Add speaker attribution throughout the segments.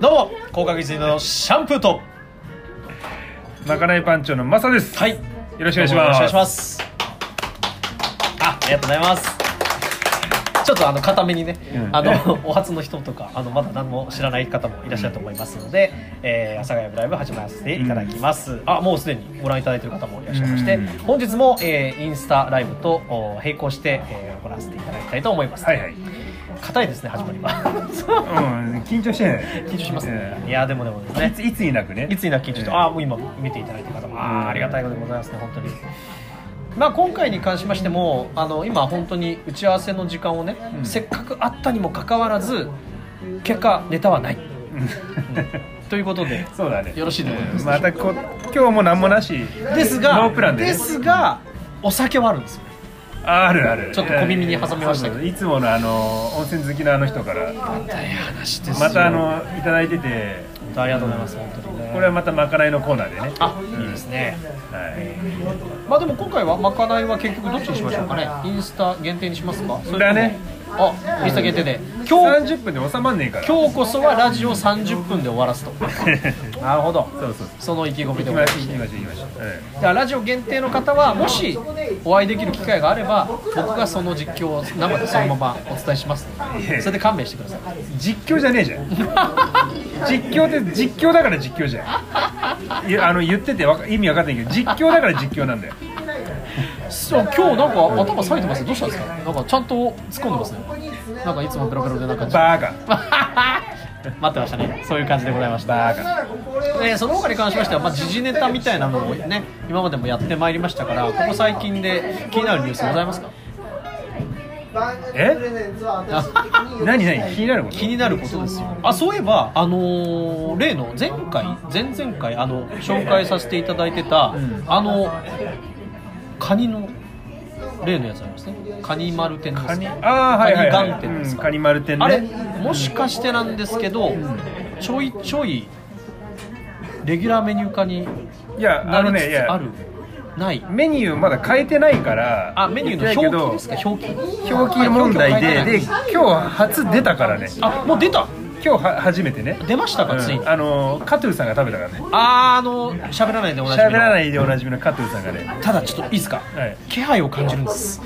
Speaker 1: どうも高確率のシャンプーと
Speaker 2: まかないパンチョのマサです。
Speaker 1: はい
Speaker 2: よろしくお願いします。
Speaker 1: お願いしますあありがとうございますちょっとあの固めにね、
Speaker 2: うん
Speaker 1: あの お初の人とかあのまだ何も知らない方もいらっしゃると思いますので、えー、阿佐ヶ谷ブライブ始まらせていただきます、あもうすでにご覧いただいている方もいらっしゃいまして、
Speaker 2: うん
Speaker 1: 本日も、えーインスタライブとお並行して、えー行わせていただきたいと思います、
Speaker 2: はいはい。
Speaker 1: 硬いですね始まりは
Speaker 2: うん、 緊張してない。
Speaker 1: 緊張しますね、
Speaker 2: え
Speaker 1: いやでもでもです
Speaker 2: え
Speaker 1: ね
Speaker 2: いついつになくね。
Speaker 1: いつになっけちょっと、
Speaker 2: ええ
Speaker 1: ああもう今見ていただいた方もあ
Speaker 2: うん
Speaker 1: あありがたいことでございますね本当に。まあ今回に関しましてもあの今本当に打ち合わせの時間をね、
Speaker 2: うん
Speaker 1: せっかくあったにもかかわらず結果ネタはないということで
Speaker 2: そうだね。
Speaker 1: よろしいでございます
Speaker 2: またこ今日も何もなし。
Speaker 1: ですが
Speaker 2: ノープランでね。
Speaker 1: ですがお酒はあるんですよ
Speaker 2: ああるある。
Speaker 1: ちょっと小耳に挟みましたけど
Speaker 2: そうそういつものあの温泉好きのあの人からま
Speaker 1: 大変話ですよ
Speaker 2: たあのいただいてて、
Speaker 1: 本当ありがとうございます本当にね
Speaker 2: これはまたまかないのコーナーでね。
Speaker 1: あいいですね
Speaker 2: はい。
Speaker 1: まあでも今回はまかないは結局どっちにしましょうかねインスタ限定にしますかそれとも
Speaker 2: だね
Speaker 1: あインスタ限定で今日
Speaker 2: 三十分で収まんねえから。
Speaker 1: 今日こそはラジオ30分で終わらすとなるほど
Speaker 2: そうそうそう。
Speaker 1: その意気込みで ござ
Speaker 2: 行き
Speaker 1: いま
Speaker 2: ましょう
Speaker 1: す
Speaker 2: 行きましょう行きましょう。うん
Speaker 1: だからラジオ限定の方はもしお会いできる機会があれば僕がその実況を生でそのままお伝えしますのでそれで勘弁してください
Speaker 2: 実況じゃねえじゃん実況って実況だから実況じゃんいやあの言っててわか意味わかんないけど実況だから実況なんだよ
Speaker 1: そう今日なんか頭冴えてますねどうしたんですかなんかちゃんと突っ込んでますねなんかいつもベロベロでなんか待
Speaker 2: バーカ
Speaker 1: ってましたねそういう感じでございました
Speaker 2: バーカ
Speaker 1: えーその他に関しましては、まあ、時事ネタみたいなのをね今までもやってまいりましたからここ最近で気になるニュースございますか
Speaker 2: え何何気になること
Speaker 1: 気になることですよあそういえばあのー例の前回前々回あの紹介させていただいてた、
Speaker 2: ん
Speaker 1: あのカニの例のやつありますねカニ丸天ですか
Speaker 2: カニあーはいはい
Speaker 1: カ
Speaker 2: はい
Speaker 1: ニ丸天ですか、
Speaker 2: うんカニ丸天ね
Speaker 1: あれもしかしてなんですけど、ちょいちょいレギュラーメニュー化に
Speaker 2: いや
Speaker 1: な
Speaker 2: あ
Speaker 1: り
Speaker 2: の
Speaker 1: つ
Speaker 2: ねい
Speaker 1: つあ
Speaker 2: や
Speaker 1: るない
Speaker 2: メニューまだ変えてないから
Speaker 1: あメニューの表記ですか表記
Speaker 2: 記表記問題
Speaker 1: あ表記を変え
Speaker 2: でで
Speaker 1: てない
Speaker 2: 今日初出たからね
Speaker 1: あもう出た
Speaker 2: 今日は初めてね
Speaker 1: 出ましたか、ついに
Speaker 2: うん
Speaker 1: あ
Speaker 2: あのカトゥーさんが食べたからね
Speaker 1: あーあの喋らないでおなじみ
Speaker 2: 喋
Speaker 1: の
Speaker 2: らないでおなじみのカトゥーさんがね
Speaker 1: ただちょっといいですか
Speaker 2: はい
Speaker 1: 気配を感じるんです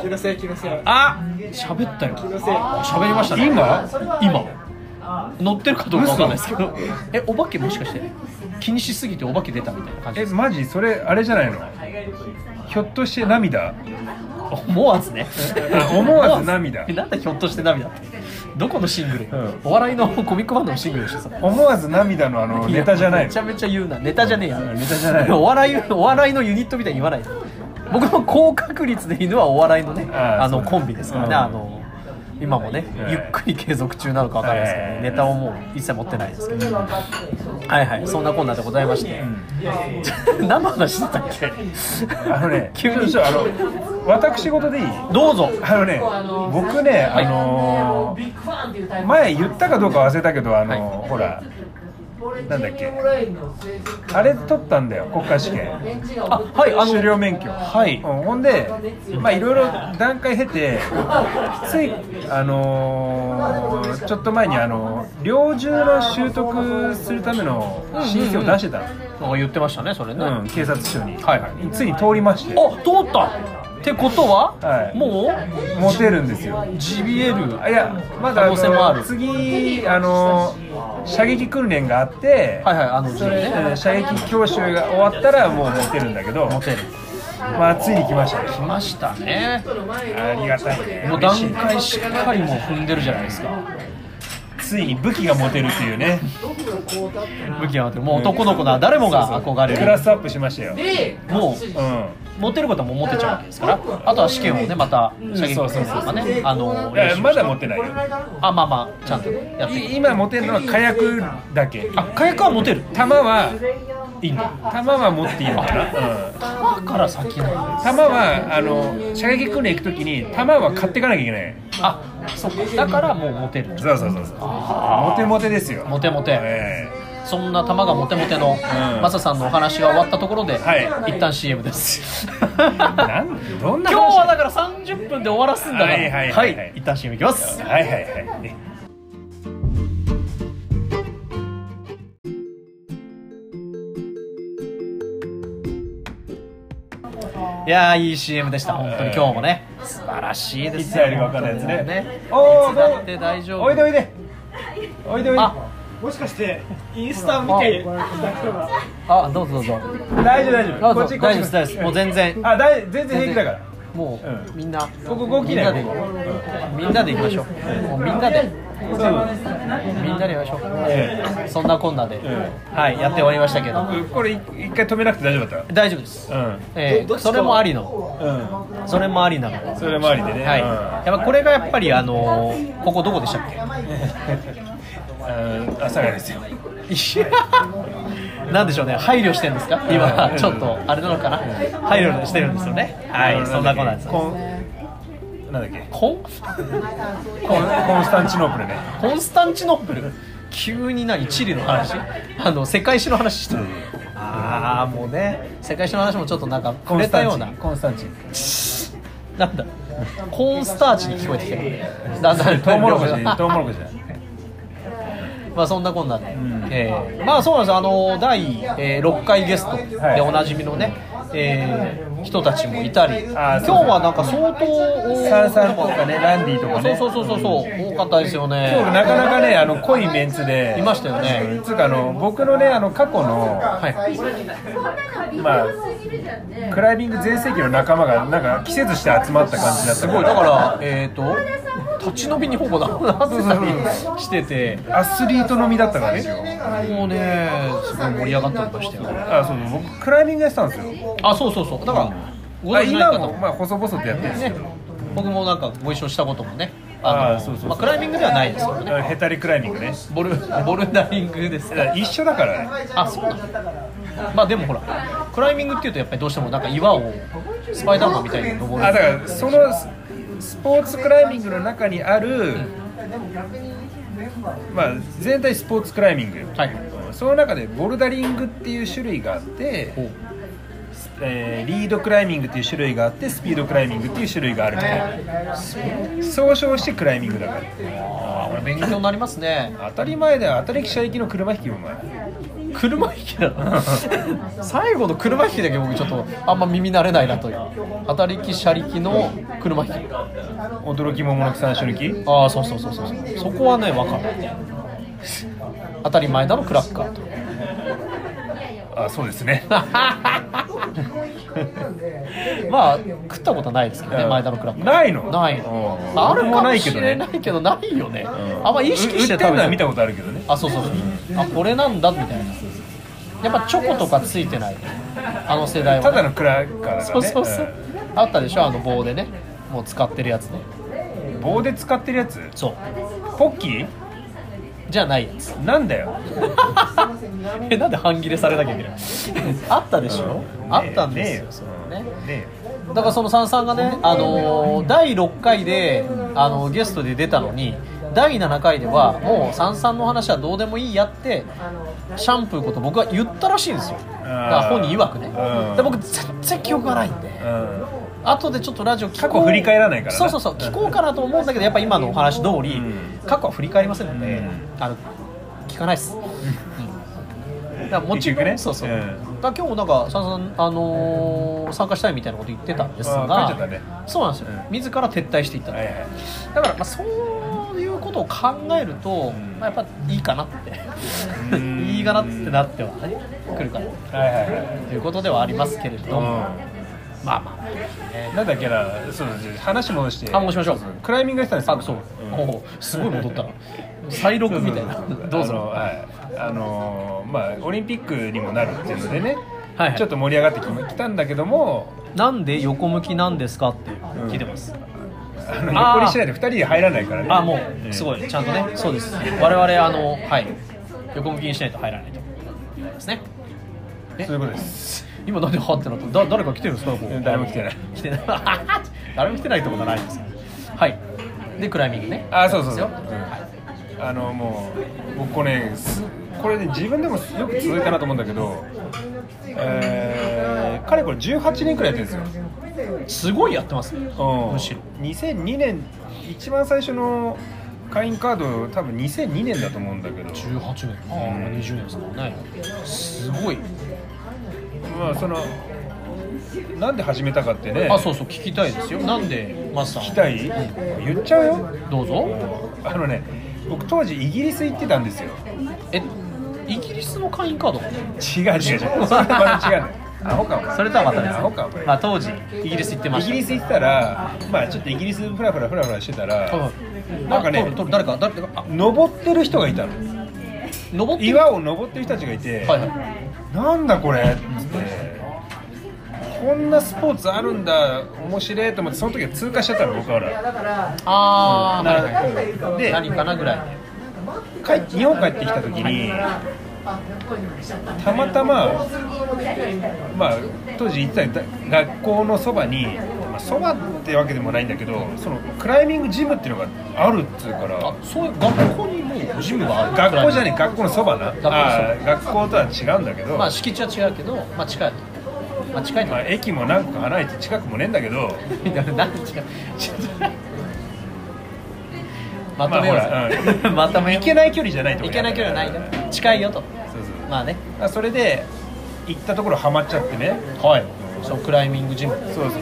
Speaker 3: 気のせい気のせい
Speaker 1: あ喋ったよ喋りましたね
Speaker 2: 今
Speaker 1: 今乗ってるかどうかわかんないですけどえお化けもしかして気にしすぎてお化け出たみたいな感じ
Speaker 2: え
Speaker 1: です
Speaker 2: マジそれあれじゃないのひょっとして涙
Speaker 1: 思わずね
Speaker 2: あ 思わず涙
Speaker 1: えなんだひょっとして涙ってどこのシングル、
Speaker 2: うん
Speaker 1: お笑いのコミックバンドのシングルでしょそれ
Speaker 2: 思わず涙のあのネタじゃない
Speaker 1: めちゃ
Speaker 2: の
Speaker 1: めちゃ言うなネタじゃねえやネ
Speaker 2: タじゃな い
Speaker 1: お笑いお笑いのユニットみたいに言わないで僕の高確率で犬はお笑いのね
Speaker 2: あ
Speaker 1: あ
Speaker 2: あ
Speaker 1: の
Speaker 2: そう
Speaker 1: コンビですからね、
Speaker 2: うん
Speaker 1: あの今もね、
Speaker 2: はい
Speaker 1: ゆっくり継続中なのかわかんないですけど、ね
Speaker 2: はい
Speaker 1: ネタをもう一切持ってないですけどはいはいそんなこんなでございまして、 何の話してたっけ
Speaker 2: あのね
Speaker 1: 急に
Speaker 2: ちょっとあの私事でいい
Speaker 1: どうぞ
Speaker 2: あのね僕ねあのー前言ったかどうか忘れたけどあのーほらなんだっけあれ取ったんだよ国家試験
Speaker 1: あはいあの
Speaker 2: 狩猟免許
Speaker 1: はい
Speaker 2: うんほんでまあいろいろ段階経てついあのーちょっと前にあの猟銃の習得するための申請を出してたの、
Speaker 1: なんか言ってましたねそれね、
Speaker 2: うん、警察署に、
Speaker 1: はいはい
Speaker 2: ついに通りまして
Speaker 1: あ通ったってことは、
Speaker 2: はい
Speaker 1: も
Speaker 2: モテるんですよ
Speaker 1: う GBL
Speaker 2: あいやまだあ
Speaker 1: 可能性もある
Speaker 2: の次あの射撃訓練があって、
Speaker 1: はいはいあの
Speaker 2: それえ
Speaker 1: G ね
Speaker 2: ー射撃教習が終わったらもうモテるんだけど
Speaker 1: モテる
Speaker 2: まあついに来ましたね
Speaker 1: 来ましたね
Speaker 2: ありがたいね
Speaker 1: もう
Speaker 2: 嬉しい
Speaker 1: 段階しっかりもう踏んでるじゃないですか
Speaker 2: ついに武器がモテるっていうね
Speaker 1: 武器が持ってるもう男の子なら誰もが憧れ
Speaker 2: クラ
Speaker 1: る
Speaker 2: スアップしましたよ
Speaker 1: も
Speaker 2: うん
Speaker 1: うモテることはもうモテちゃうわけですからあとは試験をねまた射撃
Speaker 2: そう
Speaker 1: と
Speaker 2: そうそう
Speaker 1: かねあの
Speaker 2: いやまだ
Speaker 1: も
Speaker 2: モテないよ
Speaker 1: あまあまあちゃんとやっていく
Speaker 2: い今モテるのは火薬だけ
Speaker 1: あ火薬はモテる
Speaker 2: 弾はい
Speaker 1: いんだ
Speaker 2: 弾は持っていいのかな、うん
Speaker 1: 弾から先なんです
Speaker 2: 弾はあの射撃訓練行くときに弾は買っていかなきゃいけない
Speaker 1: あそっかだからもうモテる
Speaker 2: そうそうそうそうモテモテですよ
Speaker 1: モテモテ
Speaker 2: ええ
Speaker 1: そんな玉がモテモテの
Speaker 2: ん
Speaker 1: マサさんのお話が終わったところで
Speaker 2: はい
Speaker 1: 一旦 CM です
Speaker 2: なんどんな
Speaker 1: 今日
Speaker 2: 話
Speaker 1: はだから30分で終わらすんだから
Speaker 2: はいはいはいはい
Speaker 1: 一旦 CM いきます
Speaker 2: はいはいはい
Speaker 1: いやーいい CM でした本当に今日もね素晴らしいで
Speaker 2: い
Speaker 1: す
Speaker 2: つ
Speaker 1: よ
Speaker 2: やるか分かんないやつね
Speaker 1: お
Speaker 2: お
Speaker 1: い
Speaker 2: ー
Speaker 1: つだって大丈夫
Speaker 2: おいでおいでおいでおいで
Speaker 1: あ
Speaker 3: もしかしてインスタ見てきた人が
Speaker 1: あどうぞどうぞ
Speaker 2: 大丈夫大丈
Speaker 1: ど
Speaker 2: 夫
Speaker 1: うぞ
Speaker 2: こ
Speaker 1: 大丈
Speaker 2: っちこ
Speaker 1: 夫
Speaker 2: っち
Speaker 1: です大丈夫ですもう全然
Speaker 2: あ大全然平気だから
Speaker 1: もう、
Speaker 2: うん
Speaker 1: みんな
Speaker 2: ここ動き
Speaker 1: みん
Speaker 2: ない
Speaker 1: なで
Speaker 2: ここうん
Speaker 1: みんなで行きましょうもうみんなでみんなでやりましょう、
Speaker 2: え
Speaker 1: そんなこんなで、
Speaker 2: え
Speaker 1: はいやって終わりましたけど、
Speaker 2: うんこれ一一回止めなくて大丈夫だっ
Speaker 1: 大丈夫です、
Speaker 2: たうん
Speaker 1: ええそれもありの
Speaker 2: うん
Speaker 1: それもありなの
Speaker 2: それもありでね
Speaker 1: はい、
Speaker 2: うん
Speaker 1: やっぱこれがやっぱりあのーここどこでしたっけ
Speaker 2: うん阿佐ヶ谷ですよ
Speaker 1: いやなんでしょうね配慮してるんですか今
Speaker 2: うん
Speaker 1: ちょっとあれなのかな配慮してるんですよねはいそんなことなんです
Speaker 2: コンなんだっけ
Speaker 1: コン
Speaker 2: コンコンスタンチノープルね
Speaker 1: コンスタンチノープル急に何チリの話あの世界史の話してる、ああもうね世界史の話もちょっとなんか
Speaker 2: コ
Speaker 1: 触
Speaker 2: ン
Speaker 1: れ
Speaker 2: ス
Speaker 1: た
Speaker 2: タ
Speaker 1: よう
Speaker 2: ン
Speaker 1: な
Speaker 2: チコンスタンチ
Speaker 1: なんだコーンスターチに聞こえてきてるだんだん
Speaker 2: トウモロコシトウモロコシだ
Speaker 1: まあそんなこんなで、
Speaker 2: ん
Speaker 1: えーまあそうなんですあの第、え6回ゲストでおなじみのね、えー人たちもいたり今
Speaker 2: あー
Speaker 1: 日はなんか相当大
Speaker 2: サンサンとかねランディとかね
Speaker 1: そうそうそうそう多かったですよね
Speaker 2: 今日なかなかねあの濃いメンツで
Speaker 1: いましたよね
Speaker 2: うんつうかあの僕のねあの過去の、
Speaker 1: はい
Speaker 2: まあクライミング全盛期の仲間がなんか季節して集まった感じだった
Speaker 1: すごいだからえっ、と立ち飲みにほぼななってたりしてて
Speaker 2: アスリート飲みだったからですよ
Speaker 1: もうねすごい盛り上がったりとかして
Speaker 2: あそうそう僕クライミングやってたんですよ
Speaker 1: あそうそうそうだからご
Speaker 2: あ
Speaker 1: 存知ない方
Speaker 2: 今も
Speaker 1: も
Speaker 2: まあ細々とやってるんです
Speaker 1: ね
Speaker 2: けど、
Speaker 1: 僕もなんかご一緒したこともね
Speaker 2: あーそうそうそう
Speaker 1: まあ、クライミングではないですけどね
Speaker 2: あヘタリクライミングね
Speaker 1: ボルボルダリングです
Speaker 2: だから一緒だからね
Speaker 1: あそうなのまあでもほらクライミングっていうとやっぱりどうしてもなんか岩をスパイダーマンみたいに登る
Speaker 2: あだからそのススポーツクライミングの中にある、まあ、全体スポーツクライミングよ、
Speaker 1: はい
Speaker 2: その中でボルダリングっていう種類があって
Speaker 1: ほう、
Speaker 2: えーリードクライミングっていう種類があってスピードクライミングっていう種類があるみたいな総称してクライミングだから
Speaker 1: あーこれ勉強になりますね
Speaker 2: 当たり前だよ当たり汽車行きの車引きお前
Speaker 1: 車引きだな 最後の車引きだけ僕ちょっとあんま耳慣れないなという当たりき車力の車引き
Speaker 2: 驚き桃の木さん初抜き
Speaker 1: ああそうそうそうそうそうそこはね分かんない当たり前だろクラッカーと
Speaker 2: あそうですね
Speaker 1: まあ食ったことはないですけどね
Speaker 2: うん
Speaker 1: 前田のクラッカー
Speaker 2: ないの
Speaker 1: ない
Speaker 2: うん
Speaker 1: まああるか
Speaker 2: な
Speaker 1: も
Speaker 2: いけ
Speaker 1: し
Speaker 2: ど
Speaker 1: れな
Speaker 2: ね
Speaker 1: いけどないよねあんま意識して
Speaker 2: 売って
Speaker 1: 食べ
Speaker 2: んの
Speaker 1: た
Speaker 2: は見たことあるけどね
Speaker 1: あそうそうそうあこれなんだみたいなやっぱチョコとかついてないあの世代はね
Speaker 2: ただのクラッカーだからね
Speaker 1: そうそうそうあったでしょあの棒でねもう使ってるやつね
Speaker 2: うん棒で使ってるやつ
Speaker 1: そう
Speaker 2: ポッキー
Speaker 1: じゃないやつ
Speaker 2: なんだよ
Speaker 1: えなんで半切れされなきゃいけない あったでしょあったんですよそ
Speaker 2: ね
Speaker 1: う
Speaker 2: え
Speaker 1: ね
Speaker 2: ね
Speaker 1: だからそのさんさんがね、あのー第6回で、あのーゲストで出たのに第7回ではもうさんさんの話はどうでもいいやってシャンプーこと僕は言ったらしいんですよだから本人曰くね
Speaker 2: うん
Speaker 1: で僕全然記憶がないんで
Speaker 2: えうん
Speaker 1: 後でちょっとラジオ聞こう
Speaker 2: 過去振り返らないからな
Speaker 1: そうそうそう聞こうかなと思うんだけどやっぱ今のお話通り、
Speaker 2: うん
Speaker 1: 過去は振り返りませんので、
Speaker 2: うん
Speaker 1: あの聞かないっす、うん、だからもちろん、
Speaker 2: 結局ね
Speaker 1: そうそう、
Speaker 2: うん
Speaker 1: だから今日なんかさんさん、あのー参加したいみたいなこと言ってたんです
Speaker 2: あ
Speaker 1: が
Speaker 2: 書いちゃったね
Speaker 1: そうなんですよ、
Speaker 2: うん
Speaker 1: 自ら撤退していったと、
Speaker 2: はいはい
Speaker 1: だからまあそういうことを考えると、
Speaker 2: ん
Speaker 1: まあ、やっぱいいかなって
Speaker 2: うん
Speaker 1: いいかなってなってはね来るから
Speaker 2: はいはいはい
Speaker 1: ということではありますけれども、
Speaker 2: う
Speaker 1: まあまあ
Speaker 2: んなんだっけなそうです話戻して
Speaker 1: あ戻しましょう
Speaker 2: クライミングやってたんですよ
Speaker 1: あそう、
Speaker 2: ん
Speaker 1: おおすごい戻ったな再録みたいな
Speaker 2: そうそうそ う
Speaker 1: どう
Speaker 2: あの
Speaker 1: ぞ
Speaker 2: はいあのーまあオリンピックにもなるっていうのでね
Speaker 1: はいはい
Speaker 2: ちょっと盛り上がってききたんだけども
Speaker 1: なんで横向きなんですかって聞いてます、
Speaker 2: あの横にしないで2人で入らないからね
Speaker 1: あもうすごいちゃんとねそうです我々あのはい横向きにしないと入らないとですね
Speaker 2: えそういうことです
Speaker 1: 今何ではってなっただ誰か来てるんですかここ
Speaker 2: うん誰も来てない
Speaker 1: 来てない 誰も来てないってことはないですからはいでクライミングね
Speaker 2: あそうそ
Speaker 1: で
Speaker 2: う
Speaker 1: す
Speaker 2: そう、
Speaker 1: よ
Speaker 2: うんあのもう僕これすこれね自分でもよく続いたなと思うんだけどえー、彼これ18年くらいやってるんですよ
Speaker 1: すごいやってますね
Speaker 2: うん
Speaker 1: むしろ
Speaker 2: 2002年一番最初の会員カード多分2002年だと思うんだけど、
Speaker 1: 18年ああ20年ですからねすごい
Speaker 2: まあ、そのなんで始めたかってね
Speaker 1: あそうそう聞きたいですよなんでマスター
Speaker 2: 聞
Speaker 1: 聞
Speaker 2: きたい言っちゃうよ
Speaker 1: どうぞ
Speaker 2: あのね僕当時イギリス行ってたんですよ
Speaker 1: えイギリスの会員カード
Speaker 2: 違う違う違うそれは違うのよアホかお前
Speaker 1: それとはまた
Speaker 2: アホかお
Speaker 1: です、
Speaker 2: 前
Speaker 1: まあ、当時イギリス行ってま
Speaker 2: イ
Speaker 1: した
Speaker 2: ギリス行ってたらまあちょっとイギリスフラフラフラフラしてたら
Speaker 1: はい
Speaker 2: なんかね
Speaker 1: あ撮る撮る誰か誰かあ
Speaker 2: 登ってる人がいたの
Speaker 1: 登ってる
Speaker 2: 岩を登ってる人たちがいて、
Speaker 1: はいはい
Speaker 2: なんだこれっつってこんなスポーツあるんだ面白いと思ってその時は通過しちゃったの僕はら
Speaker 1: あー、はいはい
Speaker 2: で
Speaker 1: 何かなぐらいで
Speaker 2: 帰っ日本帰ってきた時にたまたま、まあ、当時行ってた学校のそばに、まあ、そばってわけでもないんだけどそのクライミングジムっていうのがあるっつうか
Speaker 1: あ
Speaker 2: ら
Speaker 1: そういう学校にもうジムがある
Speaker 2: 学校じゃね
Speaker 1: い
Speaker 2: え学校のそばな
Speaker 1: 校のそば
Speaker 2: あー学校とは違うんだけど、
Speaker 1: ま
Speaker 2: ま
Speaker 1: あ敷地は違うけどまあ近いまあ近いと
Speaker 2: あ、駅も何個か離れて近くもねえんだけど。
Speaker 1: 何違うちょっとま
Speaker 2: ま
Speaker 1: と
Speaker 2: あ
Speaker 1: め
Speaker 2: ほ
Speaker 1: よう
Speaker 2: ら、
Speaker 1: ぜ まとめよ
Speaker 2: 行けない距離じゃないと
Speaker 1: う
Speaker 2: こ
Speaker 1: いけない距離はないよ近いよと
Speaker 2: そうそう
Speaker 1: まあね
Speaker 2: あそれで行ったところハマっちゃってね
Speaker 1: はいそのクライミングジム
Speaker 2: そうそう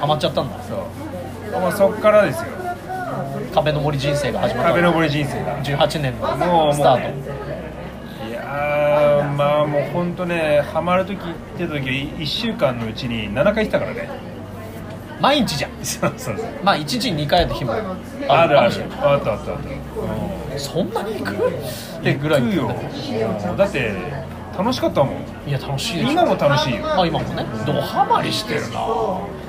Speaker 1: ハマっちゃったんだ
Speaker 2: そうまあそっからですよ
Speaker 1: 壁登り人生が始まった
Speaker 2: 壁登り人生が
Speaker 1: 18年
Speaker 2: も
Speaker 1: の
Speaker 2: う
Speaker 1: スタート
Speaker 2: もういやーまあもう本当ねハマる時行ってた時1週間のうちに7回来たからね
Speaker 1: 毎日じゃん
Speaker 2: そうそうそう
Speaker 1: まあ1日に2回の日も
Speaker 2: あるあ
Speaker 1: か
Speaker 2: る
Speaker 1: もし
Speaker 2: あったあったあった
Speaker 1: れないそんなに行くってぐらい
Speaker 2: 行くよもうだって楽しかったもん
Speaker 1: いや楽しいでしょ
Speaker 2: 今も楽しいよ
Speaker 1: あ今もねドハマりしてる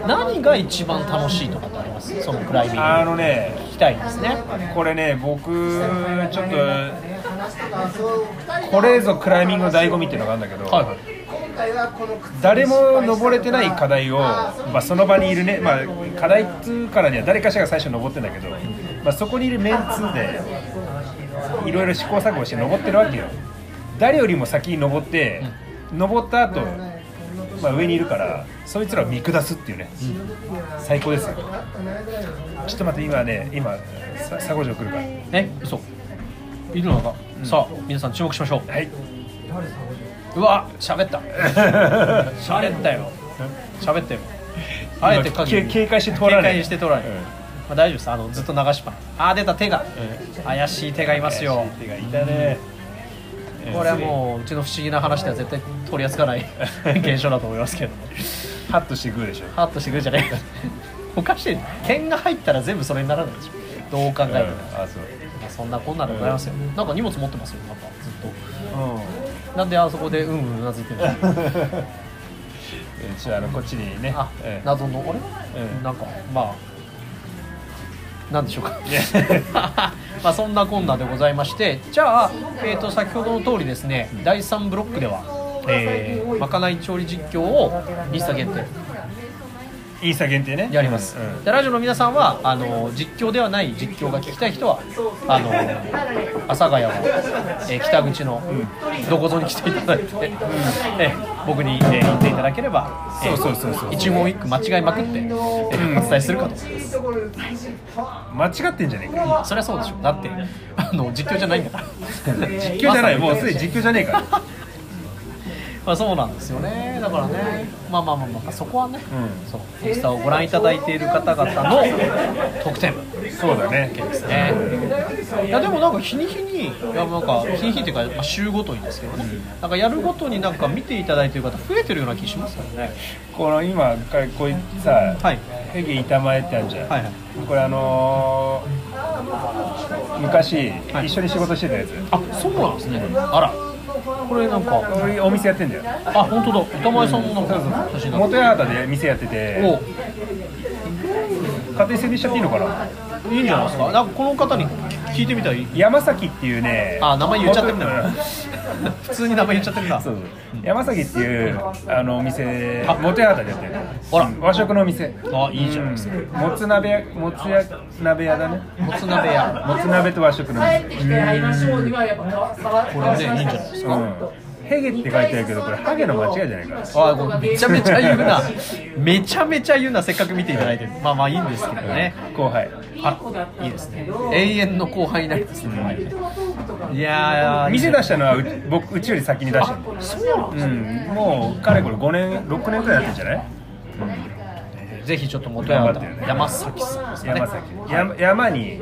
Speaker 1: な何が一番楽しいとかってありますそのクライミング
Speaker 2: あのね
Speaker 1: 聞きたいですね
Speaker 2: これね僕ちょっとこれぞクライミングの醍醐味っていうのがあるんだけど、
Speaker 1: はいはい
Speaker 2: 誰も登れてない課題を、まあ、その場にいるね、まあ、課題っつうからには誰かしらが最初登ってんだけど、まあ、そこにいるメンツでいろいろ試行錯誤して登ってるわけよ誰よりも先に登って登った後、まあ上にいるからそいつらを見下すっていうね、最高ですよちょっと待って今ね今さ佐五条来るから。
Speaker 1: え嘘いるのか、さあ皆さん注目しましょ
Speaker 2: はい。
Speaker 1: ううわ喋った喋ったよ喋ったよあえて
Speaker 2: 今
Speaker 1: 鍵
Speaker 2: け警戒して通らな
Speaker 1: 警
Speaker 2: い。
Speaker 1: 戒して通らない、
Speaker 2: うん
Speaker 1: まあ、大丈夫ですあのずっと流しっぱなあー出た手が、怪しい手がいますよ
Speaker 2: 手がいたね。
Speaker 1: これはもううちの不思議な話では絶対取り扱わない 現象だと思いますけども
Speaker 2: うハッとしてグーでしょ。
Speaker 1: ハッとしてくるじゃないおかしい点が入ったら全部それにならないでしょどう考えても、
Speaker 2: あそう。
Speaker 1: まあそんなこんなでございますよ、なんか荷物持ってますよなんかずっと
Speaker 2: う
Speaker 1: なんであそこでうんうんうなずいてるの
Speaker 2: ん。じゃああのこっちにね。
Speaker 1: あ、
Speaker 2: うん
Speaker 1: 謎のあれ、
Speaker 2: うん
Speaker 1: なんかまあなんでしょうか まあそんなこんなでございましてじゃあ、えー、と先ほどの通りですね第3ブロックでは、えーまかない調理実況をインスタ限定
Speaker 2: インスタ限定ね。
Speaker 1: やります、
Speaker 2: うんうん
Speaker 1: でラジオの皆さんはあの実況ではない実況が聞きたい人はあの阿佐ヶ谷の、えー北口の、どこぞに来ていただいて、えー僕に、えー言っていただければ、えー
Speaker 2: そうそうそうそう
Speaker 1: 一問一句間違いまくって、えーお伝えするかと思います
Speaker 2: 間違ってんじゃねえか。
Speaker 1: そりゃそうでしょだって あの実況じゃないんだ から
Speaker 2: 実況じゃない。もうすでに実況じゃねえ から。
Speaker 1: まあそうなんですよね。だからね、まあまあまあまあそこはね、
Speaker 2: う
Speaker 1: そうインスタをご覧いただいている方々 の特典
Speaker 2: そうだね。
Speaker 1: ですね。いやでもなんか日に日にいやなんか日に日っていうかまあ週ごとにですけどね、なんかやるごとになんか見ていただいている方増えてるような気しますからね。
Speaker 2: この今こういうさ、
Speaker 1: はい
Speaker 2: ヘビ板前ってあるじゃん。
Speaker 1: はいはい
Speaker 2: これあのー昔、
Speaker 1: はい
Speaker 2: 一緒に仕事してたやつ。
Speaker 1: あそうなんですね。あらこれなん
Speaker 2: こ
Speaker 1: か
Speaker 2: ういうお店やってんだよ。
Speaker 1: あ本当だ板前さんのなん
Speaker 2: そうそう
Speaker 1: か写真だ。
Speaker 2: 元八幡で店やってて。
Speaker 1: お
Speaker 2: 家庭宣伝しちゃっていいのかない
Speaker 1: いんじゃないですか。なんかこの方に聞いてみたらいい。
Speaker 2: 山崎っていうね
Speaker 1: あ名前言っちゃってるんだ
Speaker 2: 元
Speaker 1: 普通に名前言っちゃってるな。
Speaker 2: うん山崎っていうあのお店
Speaker 1: あ
Speaker 2: 元八幡でやってる
Speaker 1: ほら
Speaker 2: 和食のお店
Speaker 1: あいいじゃないですか。
Speaker 2: うんもつ鍋屋もつや鍋屋だね
Speaker 1: もつ鍋屋。
Speaker 2: もつ鍋と和食のお
Speaker 4: 帰っ
Speaker 2: 店
Speaker 4: てきて会いましょうにはやっぱ
Speaker 1: こ
Speaker 4: こ
Speaker 1: れねいいんじゃないですか。
Speaker 2: うんヘゲって書いてあるけどこれハゲの間違いじゃないかな
Speaker 1: あこれめちゃめちゃ言うなめちゃめちゃ言うなせっかく見ていただいてるまあまあいいんですけどね
Speaker 2: 後輩
Speaker 1: あいいですね永遠の後輩になりますねいやー
Speaker 2: 店出したのはうち僕うちより先に出したの
Speaker 1: そうなん
Speaker 2: うんもうかれこれ5年6年くらいやってんじゃない
Speaker 1: ぜひちょっと元山田
Speaker 2: 頑張ってるね
Speaker 1: 山崎さんですかね
Speaker 2: 山崎、山山に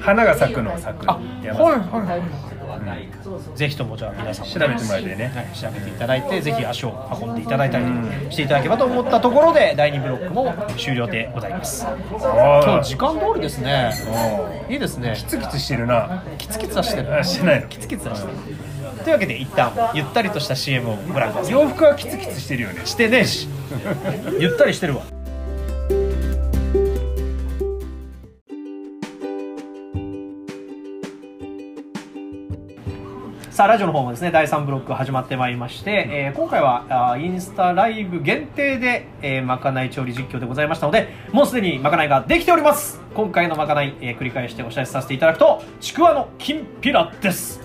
Speaker 2: 花が咲くのを咲く
Speaker 1: あ
Speaker 2: 山
Speaker 1: はい
Speaker 2: 崎
Speaker 1: はいはい
Speaker 2: うん
Speaker 1: ぜひともじゃあ皆さんも
Speaker 2: 調べてもらえてね
Speaker 1: はい、調べていただいてぜひ足を運んでいただいたりしていただければと思ったところで第2ブロックも終了でございます
Speaker 2: あ
Speaker 1: 今
Speaker 2: ー
Speaker 1: 日時間通りですね
Speaker 2: おー
Speaker 1: いいですね
Speaker 2: キツキツしてるな
Speaker 1: キツキツはしてる
Speaker 2: あしてないの
Speaker 1: キツキツはしてるというわけで一旦ゆったりとした CM をご覧ください
Speaker 2: 洋服はキツキツしてるよね
Speaker 1: してねえしゆったりしてるわさあラジオの方もですね第3ブロック始まってまいりまして、えー今回はあーインスタライブ限定で、えーまかない調理実況でございましたのでもうすでにまかないができております今回のまかない、えー繰り返してお知らせさせていただくとちくわのきんぴらです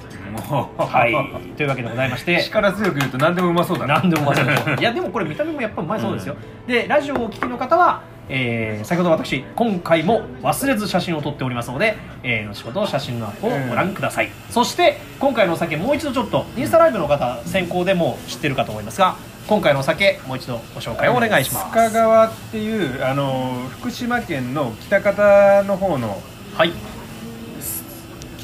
Speaker 1: は
Speaker 2: はい
Speaker 1: というわけでございまして
Speaker 2: 力強く言うと何でもうまそうだな
Speaker 1: 何でもまず いいやでもこれ見た目もやっぱうまいそうですよ、でラジオをお聞きの方は、えー先ほど私今回も忘れず写真を撮っておりますので、えー、後ほど写真のアップをご覧ください、そして今回のお酒もう一度ちょっとインスタライブの方先行でもう知ってるかと思いますが今回のお酒もう一度ご紹介をお願いします
Speaker 2: 須賀川っていうあの福島県の北方の方の
Speaker 1: はい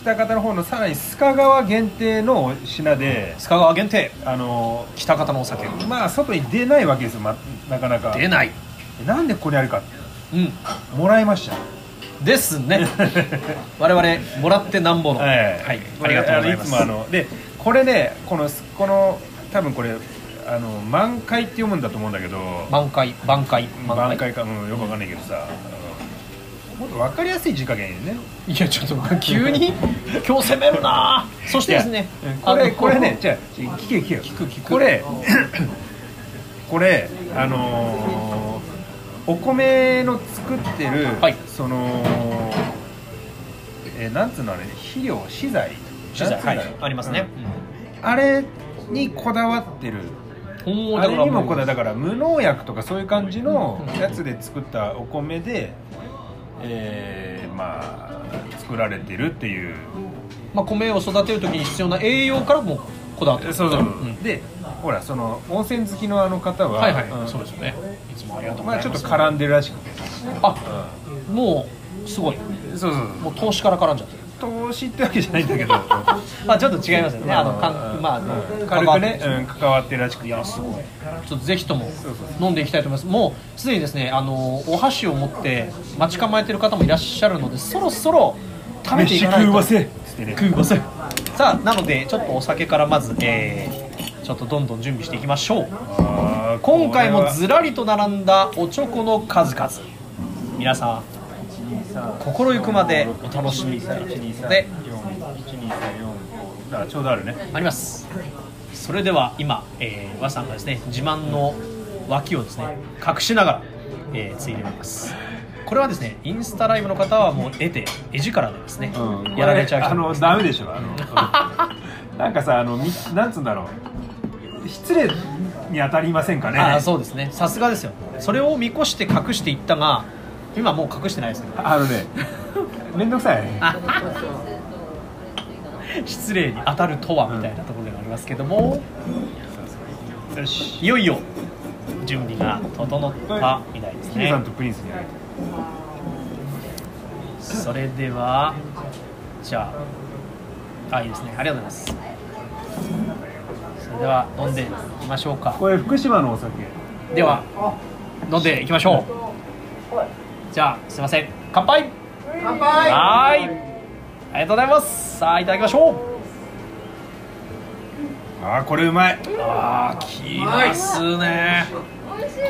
Speaker 2: 北方の方のさらに須賀川限定の品で
Speaker 1: 須賀川限定
Speaker 2: あの
Speaker 1: 北方のお酒
Speaker 2: まあ外に出ないわけですよ、ま、なかなか
Speaker 1: 出ない
Speaker 2: なんでここにあるか
Speaker 1: うん
Speaker 2: もらいました
Speaker 1: です ね我々もらってなんぼの、はいありがとうございます
Speaker 2: あのいつもあのでこれねこのすこの多分これあの満開って読むんだと思うんだけど
Speaker 1: 満開満開
Speaker 2: 満開か、うん、よくわかんないけどさ、あのもっとわかりやすい字加減にね
Speaker 1: いやちょっと急 に今日攻めるなぁそしてですね
Speaker 2: いやこ
Speaker 1: あ
Speaker 2: れ
Speaker 1: の
Speaker 2: これねじゃあ聞けよ聞けよ聞く聞くこれこれあのーお米の作ってる、
Speaker 1: はい
Speaker 2: そのえーなんつうのあれ肥料資材
Speaker 1: 取材は
Speaker 2: なんつうんだ
Speaker 1: い
Speaker 2: ろう
Speaker 1: ありますね、
Speaker 2: あれにこだわってる
Speaker 1: うん、
Speaker 2: あれにもこだ
Speaker 1: え
Speaker 2: だから無農薬とかそういう感じのやつで作ったお米で、えーまあ作られてるっていう
Speaker 1: まあ、米を育てる時に必要な栄養からもこだわってる
Speaker 2: そうそう、
Speaker 1: ん
Speaker 2: でほらその温泉好きのあの方は、
Speaker 1: はいはい、
Speaker 2: うん
Speaker 1: そうですよねいつもありがとうご
Speaker 2: ま
Speaker 1: ざ
Speaker 2: あ
Speaker 1: い
Speaker 2: ちょっ
Speaker 1: ま
Speaker 2: と
Speaker 1: す、
Speaker 2: 絡んでるらしくて、
Speaker 1: あもうすごい
Speaker 2: そうそう
Speaker 1: もう投資から絡んじゃってる
Speaker 2: そう投資ってわけじゃないんだ けど
Speaker 1: まあちょっと違いますよねあのかんまああの
Speaker 2: うん
Speaker 1: 関
Speaker 2: 軽
Speaker 1: わっ
Speaker 2: く
Speaker 1: て
Speaker 2: ね、うん、関わってるらしくていやすごい
Speaker 1: ちょっとぜひとも
Speaker 2: そうそう
Speaker 1: 飲んでいきたいと思います。もうすでにですね、あのお箸を持って待ち構えてる方もいらっしゃるので、そろそろ食べていかないと。
Speaker 2: 飯食うわせつってね
Speaker 1: 食うわせ。さあなのでちょっとお酒からまず、えー、ちょっとどんどん準備していきましょう。
Speaker 2: あー
Speaker 1: 今回
Speaker 2: これ
Speaker 1: も
Speaker 2: は
Speaker 1: ずらりと並んだおちょこの数々。皆さん心ゆくまでお楽しみいただきたいので。
Speaker 2: あちょうどあるね
Speaker 1: ありますそれでは今、えー、和さんがですね自慢の脇をですね隠しながら、えー、ついでおりますこれはですねインスタライブの方はもう得て絵力でですね、
Speaker 2: うん
Speaker 1: やられちゃう人
Speaker 2: あのダメでしょあの なんかさあのみなんつうんだろう失礼に当たりませんかね
Speaker 1: あーそうですねさすがですよそれを見越して隠していったが今もう隠してないですね
Speaker 2: あのねめんどくさい
Speaker 1: 失礼に当たるとはみたいなところではありますけども、
Speaker 2: よし
Speaker 1: いよいよ準備が整ったみたいです
Speaker 2: ヒデさ
Speaker 1: ね
Speaker 2: んとプリンスに
Speaker 1: それではじゃああいいですねありがとうございますそれでは飲んでいきましょうか
Speaker 2: これ福島のお酒
Speaker 1: では飲んでいきましょうじゃあすいません乾杯
Speaker 4: 乾杯
Speaker 1: はーいありがとうございますさあいただきましょう
Speaker 2: あーこれうまい
Speaker 1: ああきますね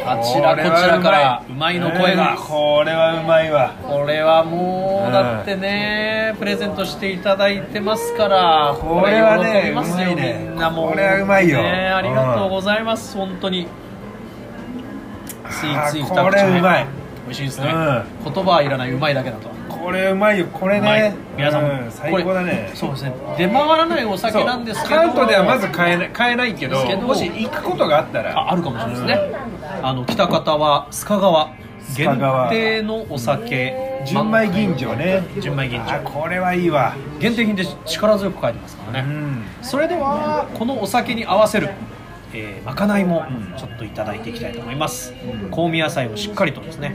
Speaker 1: あち
Speaker 2: こ
Speaker 1: らこ
Speaker 2: れ
Speaker 1: ち
Speaker 2: は
Speaker 1: らからうまいの声が
Speaker 2: うんこれはうまいわ
Speaker 1: これはも
Speaker 2: う
Speaker 1: うんだってねプレゼントしていただいてますから
Speaker 2: これはね
Speaker 1: 喜びますよ
Speaker 2: うまいね
Speaker 1: みんなもう
Speaker 2: これはうまいよ
Speaker 1: ねありがとうございます本当についつい
Speaker 2: あ
Speaker 1: 二口
Speaker 2: ーこれうまい
Speaker 1: 美味しいですね、
Speaker 2: うん
Speaker 1: 言葉はいらないうまいだけだと
Speaker 2: これうまいよこれ
Speaker 1: うまい
Speaker 2: ね
Speaker 1: 皆さんも
Speaker 2: う最高だね
Speaker 1: これそうですね出回らないお酒なんですけど
Speaker 2: 関東ではまず買えない買えないけ
Speaker 1: で
Speaker 2: ど
Speaker 1: すけど
Speaker 2: もし行くことがあったら
Speaker 1: ああるかもしれないですね、あの北方は須賀川
Speaker 2: 須賀川
Speaker 1: 限定のお酒
Speaker 2: 純米吟醸ね
Speaker 1: 純米吟醸
Speaker 2: あこれはいいわ
Speaker 1: 限定品で力強く書いてますからね、
Speaker 2: うん
Speaker 1: それではこのお酒に合わせるえーまかないもちょっといただいていきたいと思います、香味野菜をしっかりとですね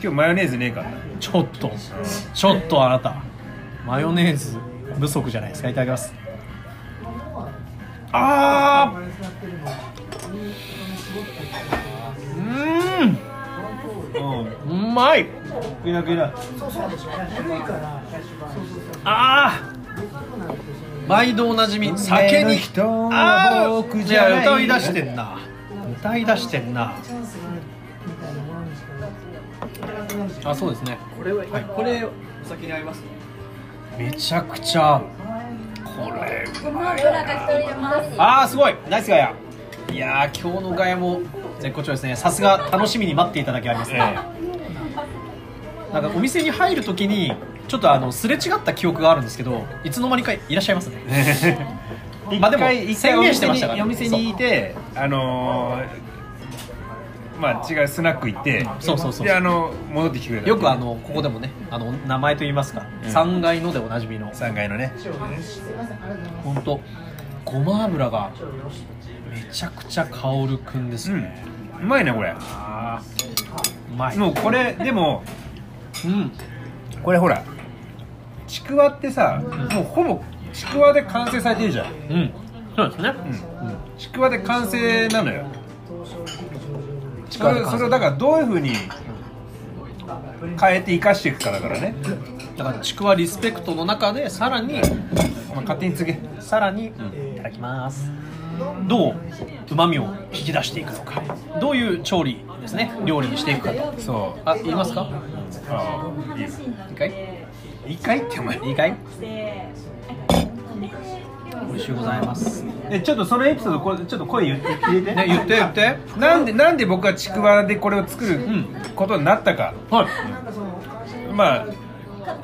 Speaker 2: 今日マヨネーズねえからな
Speaker 1: ちょっとちょっとあなたマヨネーズ不足じゃないですかいただきます
Speaker 2: あ
Speaker 1: うーん
Speaker 2: ーうん
Speaker 1: うまい
Speaker 2: 食いな食いな
Speaker 1: あー毎度おなじみ酒に
Speaker 2: 人は
Speaker 1: あ
Speaker 2: 僕
Speaker 1: ーい
Speaker 2: じゃない
Speaker 1: や歌い出してんな歌い出してんなあそうですね
Speaker 3: これは、これお酒に合いますね
Speaker 1: めちゃくちゃ合うこれあーすごいナイスガヤいやー今日のガヤも絶好調ですねさすが楽しみに待っていただきありますね、なんかお店に入るときにちょっとあのすれ違った記憶があるんですけどいつの間にかいらっしゃいますねまあでも宣言してましたから
Speaker 2: お店にお店にいてあのーまあ違うスナック行って
Speaker 1: そうそうそう
Speaker 2: であの戻ってきてくれた
Speaker 1: よくあのここでもねあの名前といいますか、
Speaker 2: うん
Speaker 1: 3階のでおなじみの
Speaker 2: 3階のね
Speaker 1: 本当ごま油がめちゃくちゃ香るくんです
Speaker 2: う
Speaker 1: ね、
Speaker 2: んうまいねこれ
Speaker 1: うまい
Speaker 2: もうこれでも
Speaker 1: うん
Speaker 2: これほらちくわってさもうほぼちくわで完成されてるじゃん、
Speaker 1: うんそうですね、
Speaker 2: ちくわで完成なのよ
Speaker 1: ちく
Speaker 2: そ
Speaker 1: わで
Speaker 2: れ
Speaker 1: 完成
Speaker 2: それをだからどういうふうに変えて生かしていくかだからね、
Speaker 1: だからちくわリスペクトの中でさらに
Speaker 2: まあ、勝手に告げ
Speaker 1: さらに、いただきますどううまみを引き出していくのかどういう調理ですね料理にしていくかと
Speaker 2: そう
Speaker 1: あ言いますか
Speaker 2: ああいいよ
Speaker 1: 一回
Speaker 2: 一回ってお前
Speaker 1: いいかい美味しゅうございますね
Speaker 2: えちょっとそのエピソードこれちょっと声言って入れて
Speaker 1: 言って言って
Speaker 2: なんでなんで僕はちくわでこれを作ることになったか、
Speaker 1: はい
Speaker 2: まあ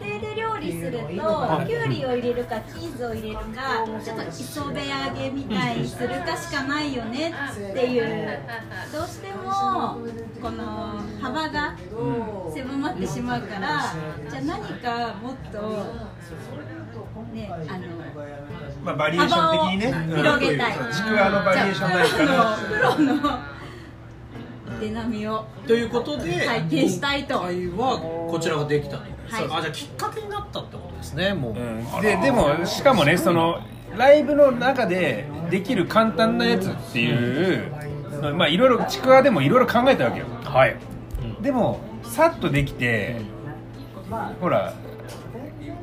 Speaker 5: 家庭で料理するときゅうりを入れるかチーズを入れるかちょっと磯辺揚げみたいにするかしかないよねっていうどうしてもこの幅が狭まってしまうからじゃあ何かもっとねあの
Speaker 2: まあ、バリエーショ
Speaker 5: 幅を
Speaker 2: ン的にね
Speaker 5: 広げたい
Speaker 2: うんちくわのバリエーションないかなって
Speaker 5: プロの手並みを
Speaker 1: ということで
Speaker 5: 体験したいと
Speaker 1: 今回はこちらができたと、
Speaker 5: はい
Speaker 1: あじゃあきっかけになったってことですねもう、
Speaker 2: うんででもしかもねそのライブの中でできる簡単なやつっていうのまあいろいろちくわでもいろいろ考えたわけよ
Speaker 1: はい
Speaker 2: でもさっとできてほら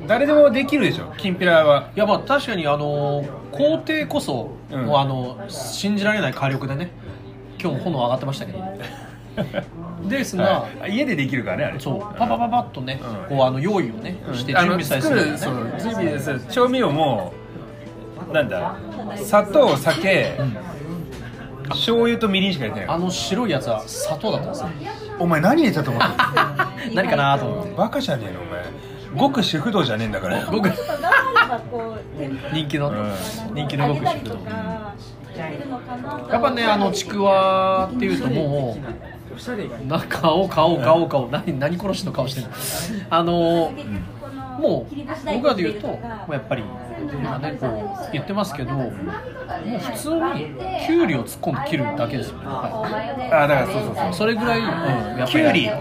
Speaker 2: 誰でもできるでしょきんぴらはい
Speaker 1: やまあ確かにあのー工程こそ、
Speaker 2: うん
Speaker 1: もうあの信じられない火力でね今日も炎上がってましたけど ですが、
Speaker 2: はい家でできるからねあれ
Speaker 1: そうパパパパッとね、
Speaker 2: うん
Speaker 1: こうあの用意をね、
Speaker 2: うん
Speaker 1: して
Speaker 2: あ
Speaker 1: 準
Speaker 2: の
Speaker 1: 備さえす
Speaker 2: 作
Speaker 1: れ
Speaker 2: る
Speaker 1: ば
Speaker 2: そう
Speaker 1: ね
Speaker 2: 準備する調味料もなんだ砂糖酒、醤油とみりんしか入れてない
Speaker 1: あの白いやつは砂糖だったんですよ
Speaker 2: お前何入れたと思ってる
Speaker 1: 何かなと思って
Speaker 2: バカじゃねえのお前ごく主婦道じゃねえんだから よ
Speaker 1: 僕
Speaker 5: ちょっと頑張ればこう天ぷら
Speaker 1: 人気の、
Speaker 2: う
Speaker 1: 人気の
Speaker 5: 上げ
Speaker 1: 僕
Speaker 5: たりと
Speaker 1: 食堂
Speaker 5: かしてるのかなと思て
Speaker 1: やっぱねあのちくわっていうともう
Speaker 3: おしゃれが
Speaker 1: な顔顔顔顔何何殺しの顔してるのあのーもう僕らで言うともうやっぱり今ねこう言ってますけどもう普通にきゅうりを突っ込んで切るだけですよね、は
Speaker 2: あだからそうそうそう
Speaker 1: い、それぐらい、うん、やっぱり
Speaker 2: きゅうりだ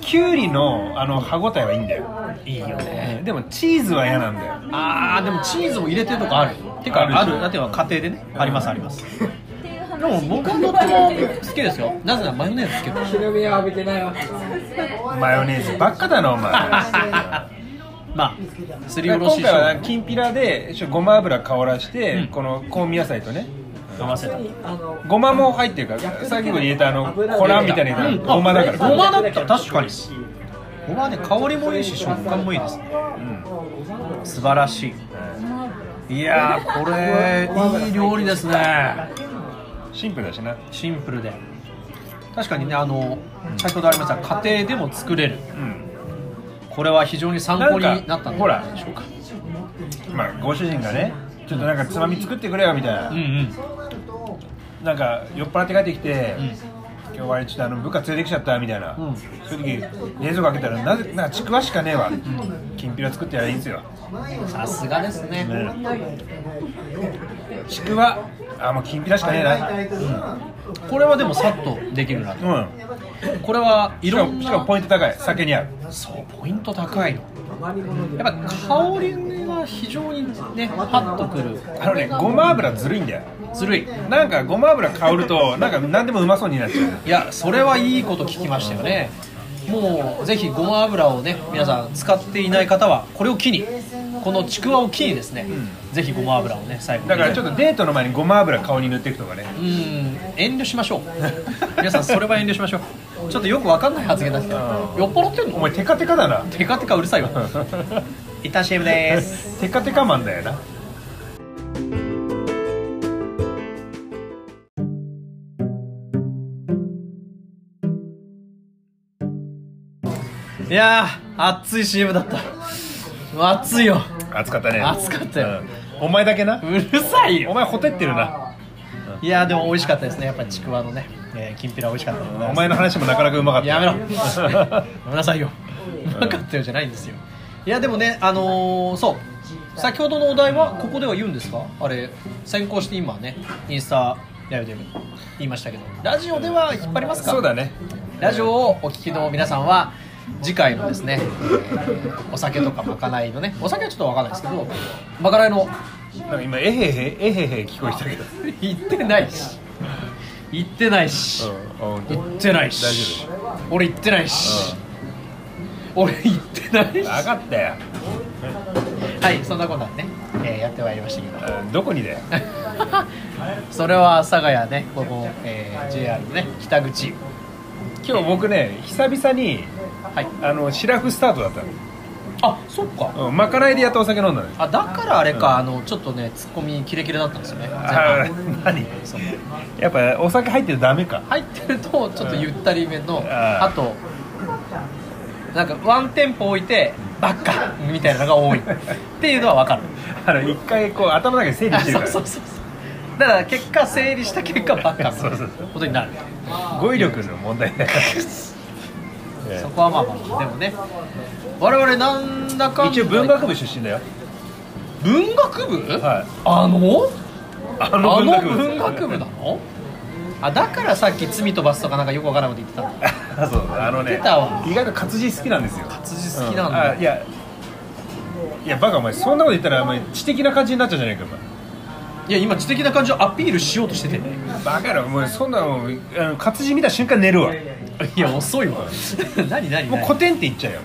Speaker 2: きゅうりのあの歯ごたえはいいんだよ
Speaker 1: いいよね
Speaker 2: でもチーズは嫌なんだよ
Speaker 1: あーでもチーズも入れてるとかあるてか
Speaker 2: ある
Speaker 1: あるだっては家庭でねありますありますでも僕はどっちも好きですよなぜならマヨネーズつけ
Speaker 3: 日の目は浴びてないわ
Speaker 2: マヨネーズばっかだなお前
Speaker 1: たまあすりおろ
Speaker 2: 今
Speaker 1: し
Speaker 2: 回は
Speaker 1: 生
Speaker 2: きんぴらでちょごま油香らして、
Speaker 1: うん
Speaker 2: この香味野菜とね
Speaker 1: 姜合わせた
Speaker 3: あの
Speaker 2: ごまも入ってるからさっきも入れたあのコラみたいな
Speaker 1: う
Speaker 2: の
Speaker 1: ん
Speaker 2: がごまだか
Speaker 1: あご
Speaker 2: ら
Speaker 1: まだった確かにごまね香りもいいし食感もいいですね素晴らしいいやーこれいい料理ですね
Speaker 2: シンプルだしな
Speaker 1: シンプルで確かにねあの先ほどありました家庭でも作れる
Speaker 2: うん
Speaker 1: これは非常に参考に
Speaker 2: なんか
Speaker 1: なったんじ
Speaker 2: ほ
Speaker 1: ゃ
Speaker 2: ら
Speaker 1: ないでしょうか
Speaker 2: まあご主人がねちょっとなんかつまみ作ってくれよみたいな
Speaker 1: うんうん
Speaker 2: なんか酔っ払って帰ってきて、今日はちょっとあの部下連れてきちゃったみたいな、
Speaker 1: ん
Speaker 2: そういう時冷蔵庫開けたらなぜなんかちくわしかねえわ、きんぴら作ってやりゃいいんですよ、
Speaker 1: さすがですね
Speaker 2: ね、ちくわあもうきんぴらしかねえな
Speaker 1: これはでもさっとできるなと
Speaker 2: うん、
Speaker 1: これはい
Speaker 2: し
Speaker 1: ろ
Speaker 2: か
Speaker 1: ん
Speaker 2: もし
Speaker 1: な
Speaker 2: かもポイント高い酒に合う
Speaker 1: そうポイント高いのやっぱ香りが非常にねパッとくる
Speaker 2: あのねごま油ずるいんだよ
Speaker 1: ずるい
Speaker 2: なんかごま油香るとなんか何でもうまそうになっちゃう
Speaker 1: いやそれはいいこと聞きましたよねもうぜひごま油をね皆さん使っていない方はこれを機にこのちくわを機にですね、ぜひごま油をね最後に
Speaker 2: だからちょっとデートの前にごま油顔に塗っていくとかね
Speaker 1: うん遠慮しましょう 皆さんそれは遠慮しましょうちょっとよくわかんない発言だったよ酔っ払ってん
Speaker 2: お
Speaker 1: の
Speaker 2: 前テカテカだな
Speaker 1: テカテカうるさいわ一旦 CM です
Speaker 2: テカテカマンだよな
Speaker 1: いやー熱い CM だった熱いよ
Speaker 2: 暑かったね
Speaker 1: 暑かったよ、
Speaker 2: うんお前だけな
Speaker 1: うるさいよ
Speaker 2: お前ほてってるない
Speaker 1: やでも美味しかったですねやっぱりちくわのね、えー、きんぴら美味しかったでござい
Speaker 2: お
Speaker 1: ます
Speaker 2: 前の話もなかなかうまかった
Speaker 1: やめ ろやめなさいよ分かったよじゃないんですよいやでもねあのーそう先ほどのお題はここでは言うんですかあれ先行して今ねインスタライブで言いましたけどラジオでは引っ張りますか
Speaker 2: そうだね
Speaker 1: ラジオをお聞きの皆さんは次回のですね、えーお酒とかまかないのねお酒はちょっとわかんないですけどまかないの
Speaker 2: なんか今えへへえへへ聞こえてたけど
Speaker 1: 言ってないし言ってないし、
Speaker 2: うん
Speaker 1: 言ってないし俺言ってないし、俺言ってないし
Speaker 2: 分かったよ
Speaker 1: はいそんなことはね、えーやってまいりましたけど
Speaker 2: うんどこにだよ
Speaker 1: それは阿佐ヶ谷ねここ、えー JR のね北口
Speaker 2: 今日僕ね久々に
Speaker 1: はい
Speaker 2: あのシラフスタートだった
Speaker 1: あそっか
Speaker 2: の、うん、まかないでやっとお酒飲んだのよ
Speaker 1: あだからあれか、あのちょっとねツッコミキレキレだったんですよね全部
Speaker 2: あー何
Speaker 1: そう
Speaker 2: やっぱお酒入ってるとダメか
Speaker 1: 入ってるとちょっとゆったりめの、
Speaker 2: ん
Speaker 1: あとなんかワンテンポ置いてばっかみたいなのが多いっていうのは分かる
Speaker 2: あの一回こう頭だけ整理して
Speaker 1: そう
Speaker 2: るから
Speaker 1: そうそうそうだから結果整理した結果ばっか
Speaker 2: そうそう
Speaker 1: のことになる
Speaker 2: 語彙力の問題 だからえ
Speaker 1: そこはまあまあでもね我々なんだかん
Speaker 2: え
Speaker 1: だ
Speaker 2: 一応文学部出身だよ
Speaker 1: 文学部、
Speaker 2: はい
Speaker 1: あの
Speaker 2: あ
Speaker 1: あの
Speaker 2: です
Speaker 1: 文学部なのあだからさっき「罪と罰」とかなんかよくわからないこと言ってたの
Speaker 2: あ そうあのね
Speaker 1: 出たわ
Speaker 2: 意外と活字好きなんですよ
Speaker 1: 活字好きなんだ
Speaker 2: うあいやいやバカお前そんなこと言ったらお前知的な感じになっちゃうじゃないか
Speaker 1: いや今知的な感じをアピールしようとしてて
Speaker 2: お前バカだお前そんなもうあの活字見た瞬間寝るわ
Speaker 1: いや遅いわ 何何
Speaker 2: もう
Speaker 1: 何
Speaker 2: 古典って言っちゃうよ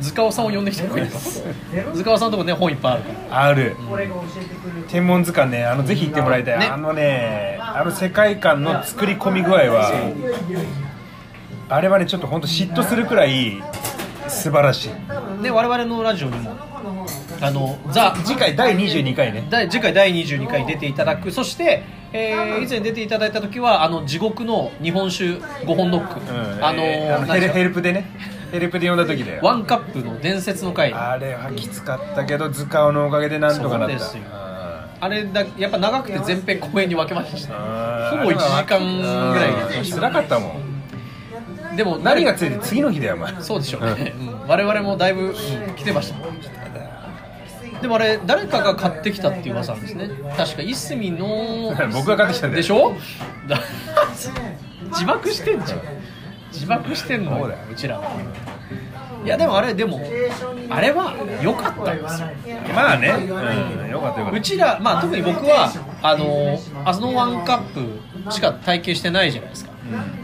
Speaker 1: 図鑑さんを呼んできてくれます図鑑さんのとこね本いっぱいあるから
Speaker 2: R 天文図鑑ねあのぜひ行ってもらいたい、
Speaker 1: ね
Speaker 2: あのねあの世界観の作り込み具合はあれはねちょっと本当嫉妬するくらい素晴らしい
Speaker 1: で我々のラジオにもあのザ
Speaker 2: 次回第22回ね
Speaker 1: 第次回第22回出ていただくそして、えー以前出ていただいた時はあの地獄の日本酒5本ノック、
Speaker 2: うん
Speaker 1: あの
Speaker 2: えーあの
Speaker 1: 何でし
Speaker 2: ヘル
Speaker 1: ょう
Speaker 2: ヘルプでねヘルプで呼んだ時だよ
Speaker 1: ワンカップの伝説の回あ
Speaker 2: あれはきつかったけど図鑑のおかげでなんとかなった
Speaker 1: そうですよれだやっぱ長くて前編後編に分けました
Speaker 2: ほ
Speaker 1: ほぼ一時間ぐらいで
Speaker 2: つらかったもん
Speaker 1: でも
Speaker 2: 何がついて次の日だよお前
Speaker 1: そうでしょうね、うん我々もだいぶ、うん来てましたでもあれ誰かが買ってきたっていう噂なんですね確かいすみの
Speaker 2: 僕が買ってきたんだよ
Speaker 1: でしょだ 自爆してんじゃん自爆してんの
Speaker 2: そ
Speaker 1: よ
Speaker 2: う
Speaker 1: う
Speaker 2: だよ
Speaker 1: ちらはいやでもあれでもあれは良かったんですよ
Speaker 2: まあね、うん、よかったよか
Speaker 1: う
Speaker 2: っ
Speaker 1: ちらまあ特に僕はあのあのワンカップしか体験してないじゃないですか、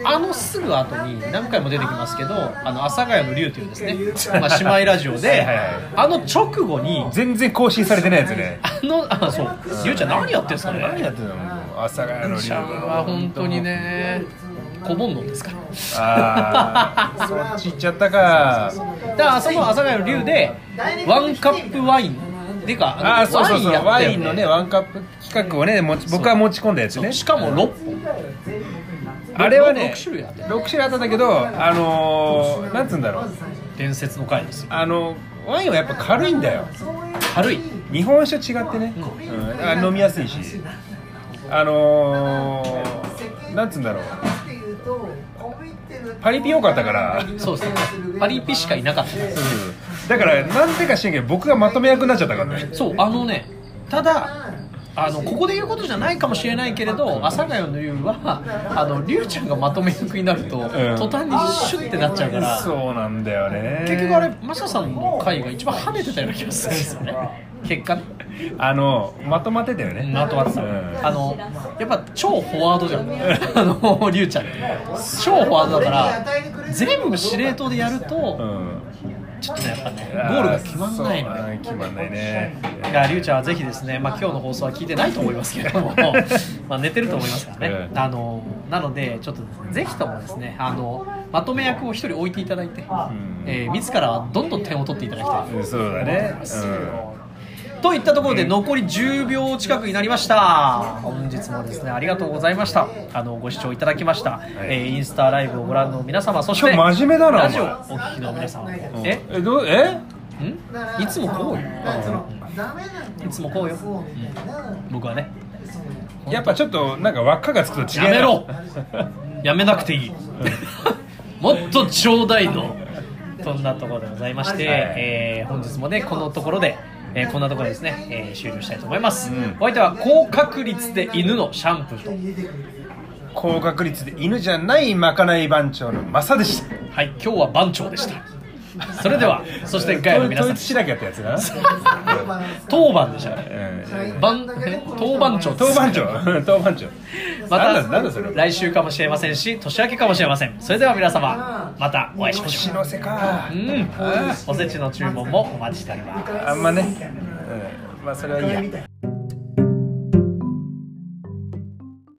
Speaker 1: あのすぐ後に何回も出てきますけどあの阿佐ヶ谷の竜というですね、まあ、姉妹ラジオ
Speaker 2: はい
Speaker 1: で
Speaker 2: はいはい
Speaker 1: あの直後に
Speaker 2: た全然更新されてないやつね
Speaker 1: あのあそうゆうちゃん何やってんすかね
Speaker 2: 何やってんのもう朝ヶ谷の
Speaker 1: ゆう
Speaker 2: リ
Speaker 1: ちゃんは本当にね小煩悩ですから
Speaker 2: ああそっち行っちゃったか
Speaker 1: だからその阿佐ヶ谷の竜でワンカップワインでか
Speaker 2: ああそうそうそう
Speaker 1: ワ
Speaker 2: ワ
Speaker 1: イ
Speaker 2: イ
Speaker 1: ン
Speaker 2: ン
Speaker 1: や
Speaker 2: の
Speaker 1: った
Speaker 2: ね
Speaker 1: よ
Speaker 2: ワンカップ企画をね持ち僕は持ち込んだやつ
Speaker 1: そう
Speaker 2: ね
Speaker 1: しかも6本
Speaker 2: あれはね
Speaker 1: 6種類あって
Speaker 2: 6種類あったんだけどあのー、なんつうんだろう
Speaker 1: 伝説の回ですよ
Speaker 2: あのワインはやっぱ軽いんだよ
Speaker 1: 軽い
Speaker 2: 日本酒と違ってね、うんあ飲みやすいしあのー、なんつうんだろうパリピ多かったから、
Speaker 1: そうですねパリピしかいなかったです
Speaker 2: だからなんでか知らんけど僕がまとめ役になっちゃったからね
Speaker 1: そうあのねただあのここで言うことじゃないかもしれないけれど阿佐ヶ谷の竜はあの竜ちゃんがまとめ役になると、途端にシュッてなっちゃうから
Speaker 2: そうなんだよね
Speaker 1: 結局あれマサさんの回が一番跳ねてたような気がするんですよね結果ね
Speaker 2: あのまとまってたよね
Speaker 1: まとまってた
Speaker 2: うん
Speaker 1: あのやっぱ超フォワードじゃんあのリュウちゃんって超フォワードだから全部司令塔でやる
Speaker 2: う
Speaker 1: と
Speaker 2: ん
Speaker 1: ちょっとねやっぱねゴールが決まんないの
Speaker 2: そう
Speaker 1: よ
Speaker 2: うん決まんないね
Speaker 1: いやリュウちゃんはぜひですね、まあ、今日の放送は聞いてないと思いますけれども まあ寝てると思いますからね、
Speaker 2: うん
Speaker 1: あのなのでちょっとぜひともですねあのまとめ役を一人置いていただいて、
Speaker 2: ん
Speaker 1: えー自らどんどん点を取っていただきたい
Speaker 2: うんそうだねうん
Speaker 1: といったところで残り10秒近くになりました本日もですねありがとうございましたあのご視聴いただきました、えーインスタライブをご覧の皆様そして
Speaker 2: 今日真面目だな
Speaker 1: ラジオお
Speaker 2: お前
Speaker 1: 聞きの皆様も
Speaker 2: うん
Speaker 1: え
Speaker 2: えどうえ
Speaker 1: んいつもこうよいつもこうよ、うん僕はね
Speaker 2: やっぱちょっとなんか輪っかがつくと違うな
Speaker 1: やめろやめなくていいもっとちょうだいのそんなところでございまして、
Speaker 2: はい
Speaker 1: えー本日もねこのところで、えーこんなところでですね、えー終了したいと思います、
Speaker 2: うん
Speaker 1: お相手は高確率で犬のシャンプーと
Speaker 2: 高確率で犬じゃないまかない番長のマサでした
Speaker 1: はい、今日は番長でした。それでは、そ してガヤの皆さ
Speaker 2: 統
Speaker 1: ん
Speaker 2: 一、しなきゃってやつ だな
Speaker 1: 当番でしたか
Speaker 2: う
Speaker 1: ら。
Speaker 2: ん
Speaker 1: 番、え当番長です
Speaker 2: 当番長 当番長
Speaker 1: ま
Speaker 2: なんだなんだそ
Speaker 1: た
Speaker 2: れ
Speaker 1: 来週かもしれませんし、年明けかもしれません。それでは皆様、またお会いしまし
Speaker 2: 年
Speaker 1: ょう。
Speaker 2: の瀬か
Speaker 1: うん、おせちの注文もお待ちしております。
Speaker 2: あんまね、うん、まあそれはいいや